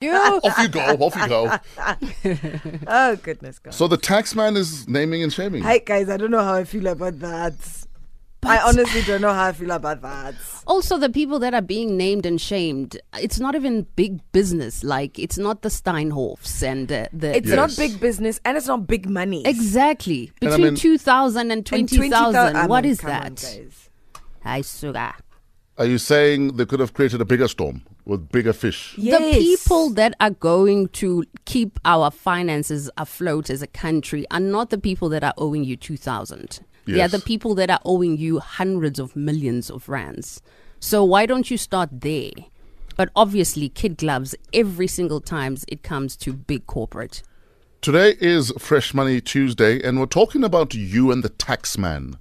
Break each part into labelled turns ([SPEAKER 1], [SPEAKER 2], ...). [SPEAKER 1] You.
[SPEAKER 2] Off you go. Off you go.
[SPEAKER 1] Oh goodness, God.
[SPEAKER 2] So the tax man is naming and shaming.
[SPEAKER 1] Hi guys, I don't know how I feel about that. I
[SPEAKER 3] But-
[SPEAKER 1] honestly don't know how I feel about that.
[SPEAKER 3] Also, the people that are being named and shamed, it's not even big business. Like, it's not the Steinhoffs and uh, the.
[SPEAKER 1] It's not
[SPEAKER 2] Yes.
[SPEAKER 1] big business and it's not big money.
[SPEAKER 3] exactly.
[SPEAKER 2] And I
[SPEAKER 3] Between
[SPEAKER 2] mean-
[SPEAKER 3] 2,000 and
[SPEAKER 1] And 20,000
[SPEAKER 3] 20,000.
[SPEAKER 1] I
[SPEAKER 3] What
[SPEAKER 1] mean,
[SPEAKER 3] is
[SPEAKER 1] come on,
[SPEAKER 3] that?
[SPEAKER 1] guys.
[SPEAKER 3] Ay, sugar.
[SPEAKER 2] Are you saying they could have created a bigger storm with bigger fish?
[SPEAKER 1] Yes.
[SPEAKER 3] The people that are going to keep our finances afloat as a country are not the people that are owing you 2,000. They are
[SPEAKER 2] Yes.
[SPEAKER 3] the people that are owing you hundreds of millions of rands. So why don't you start there? But obviously, kid gloves every single times it comes to big corporate.
[SPEAKER 2] Today is Fresh Money Tuesday, and we're talking about you and the tax man.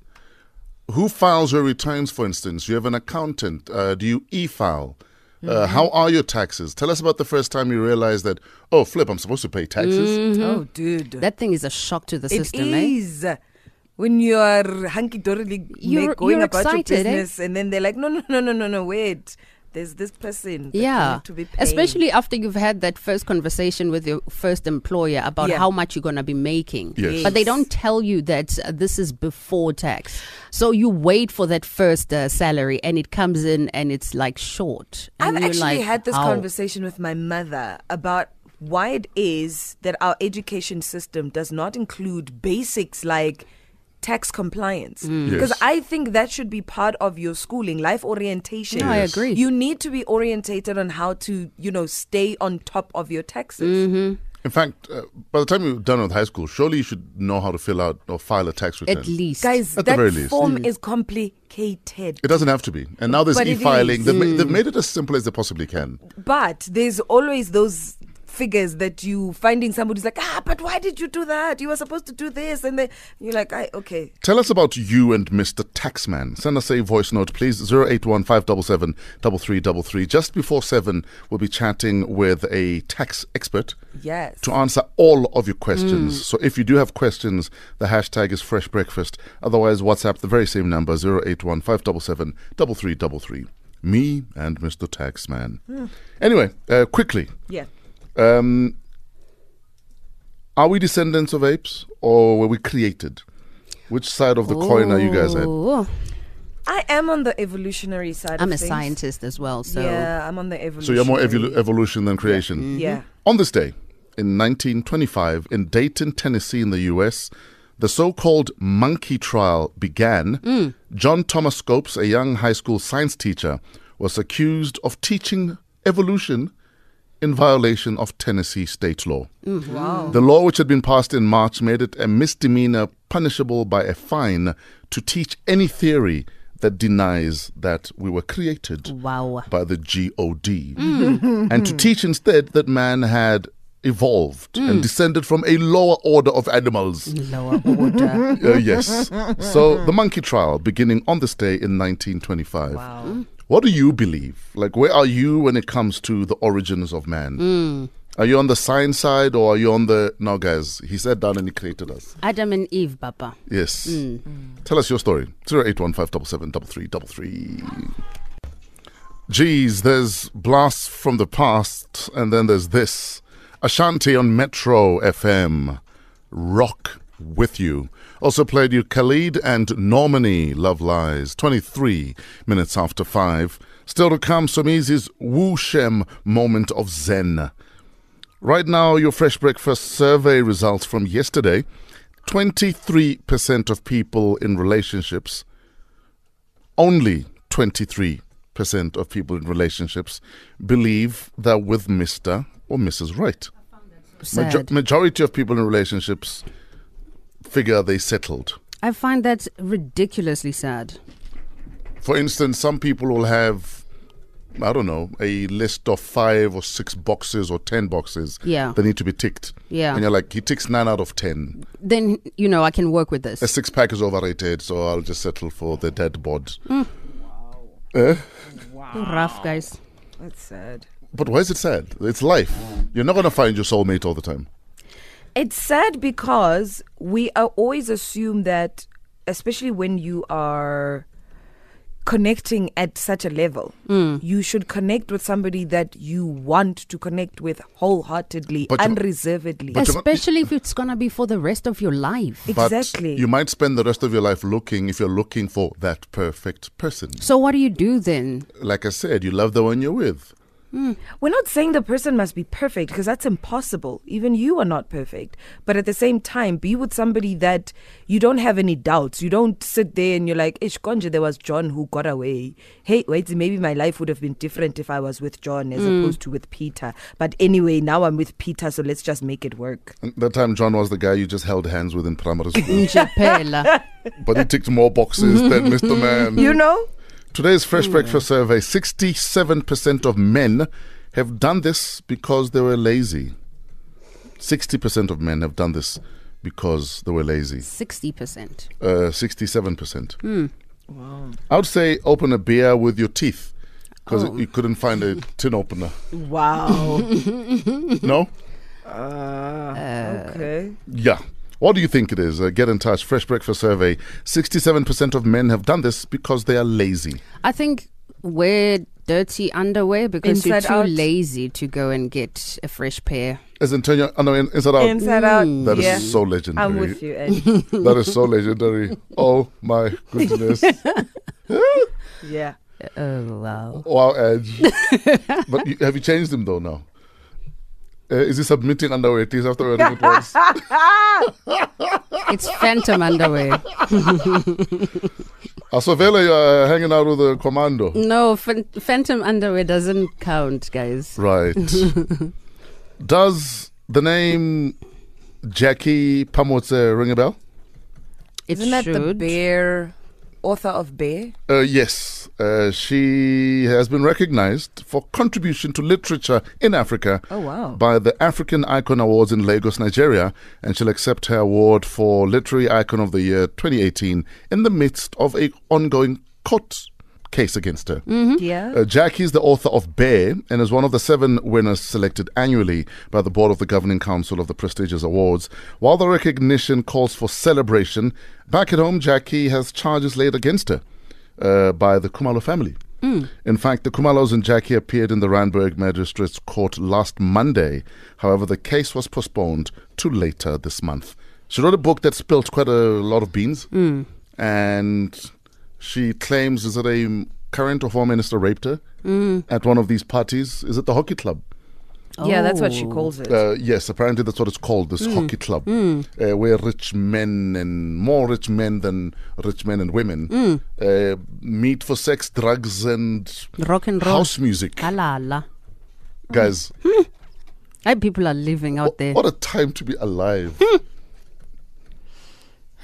[SPEAKER 2] Who files your returns, for instance? You have an accountant. Uh, do you e file? Uh,
[SPEAKER 3] Mm-hmm.
[SPEAKER 2] how are your taxes? Tell us about the first time you realized that, oh, flip, I'm supposed to pay taxes.
[SPEAKER 3] Mm.
[SPEAKER 1] Oh, dude.
[SPEAKER 3] That thing is a shock to the
[SPEAKER 1] It is
[SPEAKER 3] system, eh?
[SPEAKER 1] When you are hunky dorily
[SPEAKER 3] You're-
[SPEAKER 1] going
[SPEAKER 3] you're
[SPEAKER 1] about your
[SPEAKER 3] excited, eh?
[SPEAKER 1] business, and then they're like, no, no, no, no, no, no, wait. There's this person. that you
[SPEAKER 3] Yeah,
[SPEAKER 1] need to be paid.
[SPEAKER 3] especially after you've had that first conversation with your first employer about
[SPEAKER 1] Yeah.
[SPEAKER 3] how much you're going to be making.
[SPEAKER 2] Yes.
[SPEAKER 3] But they
[SPEAKER 1] Yes.
[SPEAKER 3] don't tell you that uh, this is before tax. So you wait for that first uh, salary and it comes in and it's like short.
[SPEAKER 1] I've
[SPEAKER 3] And you're
[SPEAKER 1] actually
[SPEAKER 3] like, oh.
[SPEAKER 1] had this
[SPEAKER 3] "Ow."
[SPEAKER 1] conversation with my mother about why it is that our education system does not include basics like tax compliance.
[SPEAKER 3] Mm.
[SPEAKER 1] Because
[SPEAKER 2] Yes.
[SPEAKER 1] I think that should be part of your schooling, life orientation.
[SPEAKER 3] No, I Yes. agree.
[SPEAKER 1] You need to be orientated on how to, you know, stay on top of your taxes.
[SPEAKER 3] Mm-hmm.
[SPEAKER 2] In fact, uh, by the time you're done with high school, surely you should know how to fill out or file a tax return.
[SPEAKER 3] At least.
[SPEAKER 1] Guys,
[SPEAKER 2] At the
[SPEAKER 1] that
[SPEAKER 2] very least.
[SPEAKER 1] form
[SPEAKER 3] Mm.
[SPEAKER 1] is complicated.
[SPEAKER 2] It doesn't have to be. And now there's
[SPEAKER 1] But it
[SPEAKER 2] e
[SPEAKER 1] is. Hmm.
[SPEAKER 2] filing. They've, ma- they've made it as simple as they possibly can.
[SPEAKER 1] But there's always those figures that you finding somebody's like, ah, but why did you do that? You were supposed to do this. And then you're like, I, okay.
[SPEAKER 2] Tell us about you and Mr. Taxman. Send us a voice note, please. 081 577 3333. Just before 7, we'll be chatting with a tax expert
[SPEAKER 1] Yes.
[SPEAKER 2] to answer all of your
[SPEAKER 1] Hmm.
[SPEAKER 2] questions. So if you do have questions, the hashtag is Fresh Breakfast. Otherwise, WhatsApp the very same number, 081 577 3333. Me and Mr. Taxman.
[SPEAKER 1] Hmm.
[SPEAKER 2] Anyway, uh, quickly,
[SPEAKER 1] Yeah.
[SPEAKER 2] um, are we descendants of apes or were we created? Which side of the coin are you guys at?
[SPEAKER 3] Oh,
[SPEAKER 1] I am on the evolutionary side
[SPEAKER 3] I'm
[SPEAKER 1] of
[SPEAKER 3] a
[SPEAKER 1] things.
[SPEAKER 3] scientist as well. So
[SPEAKER 1] Yeah, I'm on the evolutionary.
[SPEAKER 2] So you're more evolu- Mm-hmm. evolution than creation.
[SPEAKER 1] Yeah.
[SPEAKER 2] On this day, in 1925, in Dayton, Tennessee, in the US, the so called monkey trial began. John Thomas Scopes, a young high school science teacher, was accused of teaching evolution in violation of Tennessee state law.
[SPEAKER 1] Wow.
[SPEAKER 2] The law, which had been passed in March, made it a misdemeanor punishable by a fine to teach any theory that denies that we were created
[SPEAKER 3] wow.
[SPEAKER 2] by the GOD, and to teach instead that man had evolved and descended from a lower order of animals.
[SPEAKER 3] Lower order.
[SPEAKER 2] Uh, yes. So the monkey trial beginning on this day in 1925. What do you believe? Like, where are you when it comes to the origins of man? Are you on the science side or are you on the no, guys? He sat down and he created us.
[SPEAKER 3] Adam and Eve, Papa.
[SPEAKER 2] Yes. Tell us your story. 0815773333. Geez, there's blasts from the past, and then there's this. Ashanti on Metro FM. Rock with you. Also played you Khalid and Normani, Love Lies, 23 minutes after 5. Still to come, Somizi's Wu Shem moment of Zen. Right now, your fresh breakfast survey results from yesterday 23% of people in relationships, only 23% of people in relationships believe they're with Mr. or Mrs. Right.
[SPEAKER 3] Sad.
[SPEAKER 2] majority of people in relationships figure they settled.
[SPEAKER 3] I find that ridiculously sad.
[SPEAKER 2] For instance, some people will have, I don't know, a list of five or six boxes or 10 boxes
[SPEAKER 3] Yeah.
[SPEAKER 2] that need to be ticked.
[SPEAKER 3] Yeah.
[SPEAKER 2] And you're like, he ticks nine out of 10.
[SPEAKER 3] Then, you know, I can work with this.
[SPEAKER 2] A six pack is overrated, so I'll just settle for the dead bod.
[SPEAKER 3] Rough, guys.
[SPEAKER 1] That's sad.
[SPEAKER 2] But why is it sad? It's life. You're not going to find your soulmate all the time.
[SPEAKER 1] It's sad because we are always assume that, especially when you are connecting at such a level.
[SPEAKER 3] Mm.
[SPEAKER 1] You should connect with somebody that you want to connect with wholeheartedly,
[SPEAKER 2] But you-
[SPEAKER 1] unreservedly.
[SPEAKER 2] But you-
[SPEAKER 3] Especially if it's gonna be for the rest of your life.
[SPEAKER 2] But
[SPEAKER 1] exactly.
[SPEAKER 2] you might spend the rest of your life looking if you're looking for that perfect person.
[SPEAKER 3] So what do you do then?
[SPEAKER 2] Like I said, you love the one you're with.
[SPEAKER 1] We're not saying the person must be perfect because that's impossible. Even you are not perfect. But at the same time, be with somebody that you don't have any doubts. You don't sit there and you're like, Ish, Konje, there was John who got away. Hey, wait, maybe my life would have been different if I was with John as opposed to with Peter. But anyway, now I'm with Peter, so let's just make it work.
[SPEAKER 2] And that time, John was the guy you just held hands with in primary school,
[SPEAKER 3] Njapela.
[SPEAKER 2] but he ticked more boxes than Mr. Man.
[SPEAKER 1] You know?
[SPEAKER 2] Today's Fresh Breakfast survey 67% of men have done this because they were lazy. 60% of men have done this because they were lazy.
[SPEAKER 3] Sixty percent.
[SPEAKER 2] Uh, 67%.
[SPEAKER 1] Hmm.
[SPEAKER 2] I would say open a beer with your teeth because
[SPEAKER 1] Oh.
[SPEAKER 2] you couldn't find a tin opener.
[SPEAKER 1] Wow.
[SPEAKER 2] no?
[SPEAKER 1] Uh, okay.
[SPEAKER 2] Yeah. What do you think it is? Uh, get in touch. Fresh Breakfast survey 67% of men have done this because they are lazy.
[SPEAKER 3] I think wear dirty underwear because you're
[SPEAKER 1] Inside
[SPEAKER 3] too
[SPEAKER 1] out.
[SPEAKER 3] lazy to go and get a fresh pair.
[SPEAKER 2] As in, turn your oh, no, in- inside out.
[SPEAKER 1] Inside out.
[SPEAKER 2] That is
[SPEAKER 1] yeah.
[SPEAKER 2] so legendary.
[SPEAKER 1] I'm with you, Ed.
[SPEAKER 2] That is so legendary. Oh my goodness.
[SPEAKER 1] yeah.
[SPEAKER 3] Oh wow.
[SPEAKER 2] Wow, Edge. But you, have you changed him though now? Uh, is he submitting underwear teas after wearing it once?
[SPEAKER 3] It's phantom underwear.
[SPEAKER 2] Asovela, you're uh, hanging out with the commando.
[SPEAKER 3] No, phan- phantom underwear doesn't count, guys.
[SPEAKER 2] Right. Does the name Jackie Pamotse ring a bell?
[SPEAKER 3] It
[SPEAKER 1] Isn't that the
[SPEAKER 3] should.
[SPEAKER 1] bear, author of Bear?
[SPEAKER 2] Uh, yes, uh, she has been recognized for contribution to literature in Africa
[SPEAKER 1] Oh, wow.
[SPEAKER 2] by the African Icon Awards in Lagos, Nigeria, and she'll accept her award for Literary Icon of the Year 2018 in the midst of a ongoing court case against her.
[SPEAKER 1] Mm-hmm. Yeah.
[SPEAKER 2] Uh, Jackie is the author of Bear and is one of the seven winners selected annually by the board of the governing council of the prestigious awards. While the recognition calls for celebration, back at home, Jackie has charges laid against her uh, by the Kumalo family. In fact, the Kumalos and Jackie appeared in the Randburg Magistrates Court last Monday. However, the case was postponed to later this month. She wrote a book that spilled quite a lot of beans. And she claims is that a current or former minister raped her at one of these parties. Is it the hockey club?
[SPEAKER 1] Yeah, that's what she
[SPEAKER 3] Oh.
[SPEAKER 1] calls it.
[SPEAKER 2] Uh, yes, Mm. apparently that's what it's called. This hockey club, uh, where rich men and more rich men than rich men and women uh, meet for sex, drugs, and
[SPEAKER 3] Rock and roll.
[SPEAKER 2] house music.
[SPEAKER 3] Halala.
[SPEAKER 2] Guys,
[SPEAKER 3] Hey, people are living out there.
[SPEAKER 2] Hmm. what a time to be alive!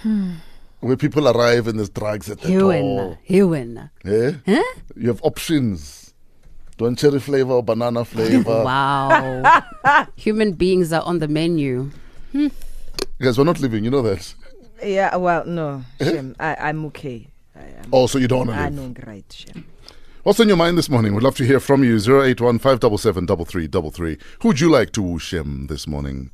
[SPEAKER 2] Hmm. Where people arrive and there's drugs at the
[SPEAKER 3] Hewen.
[SPEAKER 2] door.
[SPEAKER 3] Hewen.
[SPEAKER 2] Eh? You have options. Don't cherry flavor or banana flavor.
[SPEAKER 3] Wow. Human beings are on the menu.
[SPEAKER 2] Guys, we're not living, you know that.
[SPEAKER 1] Yeah, well, no, Shem, I, I'm okay. I, I'm,
[SPEAKER 2] Oh, so you don't want to
[SPEAKER 1] I
[SPEAKER 2] live.
[SPEAKER 1] know, right, Shem.
[SPEAKER 2] What's on your mind this morning? We'd love to hear from you. 081 577 3333. Who'd you like to woo shim this morning?